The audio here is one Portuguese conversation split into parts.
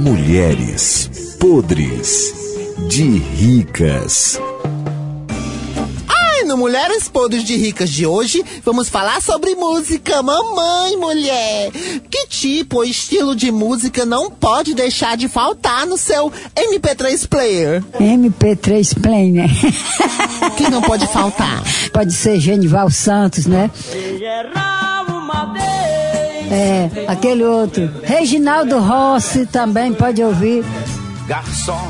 Mulheres podres de ricas. E no Mulheres Podres de Ricas de hoje, vamos falar sobre música. Mamãe, mulher! Que tipo ou estilo de música não pode deixar de faltar no seu MP3 player? MP3 Play, né? Que não pode faltar? Pode ser Genival Santos, né? É, aquele outro. Reginaldo Rossi também pode ouvir. Garçom,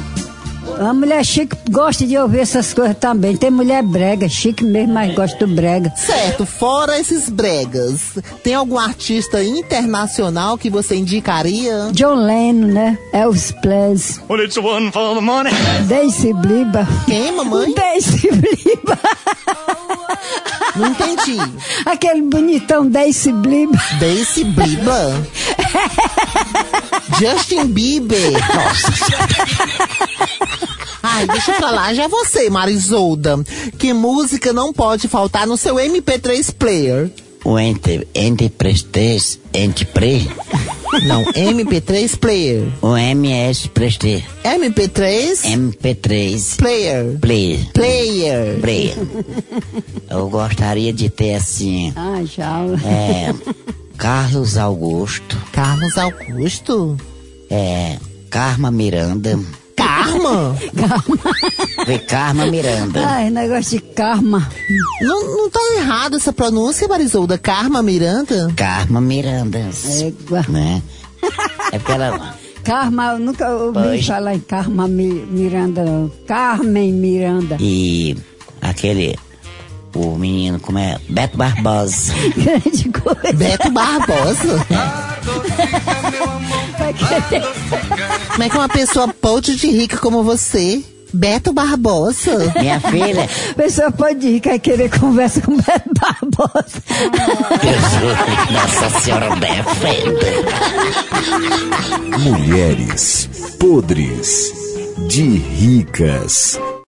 A mulher chique gosta de ouvir essas coisas também. Tem mulher brega, chique mesmo, mas gosta do brega. Certo, fora esses bregas, tem algum artista internacional que você indicaria? John Lennon, né? Elvis Presley, Well, it's one for the money. Daisy Bliba. Quem, mamãe? Daisy Bliba. Não entendi. Aquele bonitão Daisy Bliba. Daisy Biba? Justin Bieber? Ai, deixa pra lá, já é você, Marisolda. Que música não pode faltar no seu MP3 player? O ente, ente prestes, ente pre, Não, MP3 player. o MS preste, MP3 MP3, player. play, Player. play. Eu gostaria de ter assim, Ah, já. é, Carlos Augusto, Carlos Augusto? é, Karma Miranda, Karma? foi Karma Miranda, Ai, Ah, é negócio de karma. Não, não tá errado essa pronúncia, Marisolda? Karma Miranda? Karma Miranda, Égua. né? É porque ela, Karma, eu nunca ouvi Pois. falar em Karma Mi- Miranda, não. Carmen Miranda. e aquele, o menino, como é, Beto Barbosa, Grande coisa. Beto Barbosa? Como é que uma pessoa podre de rica como você, Beto Barbosa, minha filha, A pessoa pode ir, quer querer conversa com o Beto Barbosa. Jesus, Nossa Senhora defenda. Mulheres podres de ricas.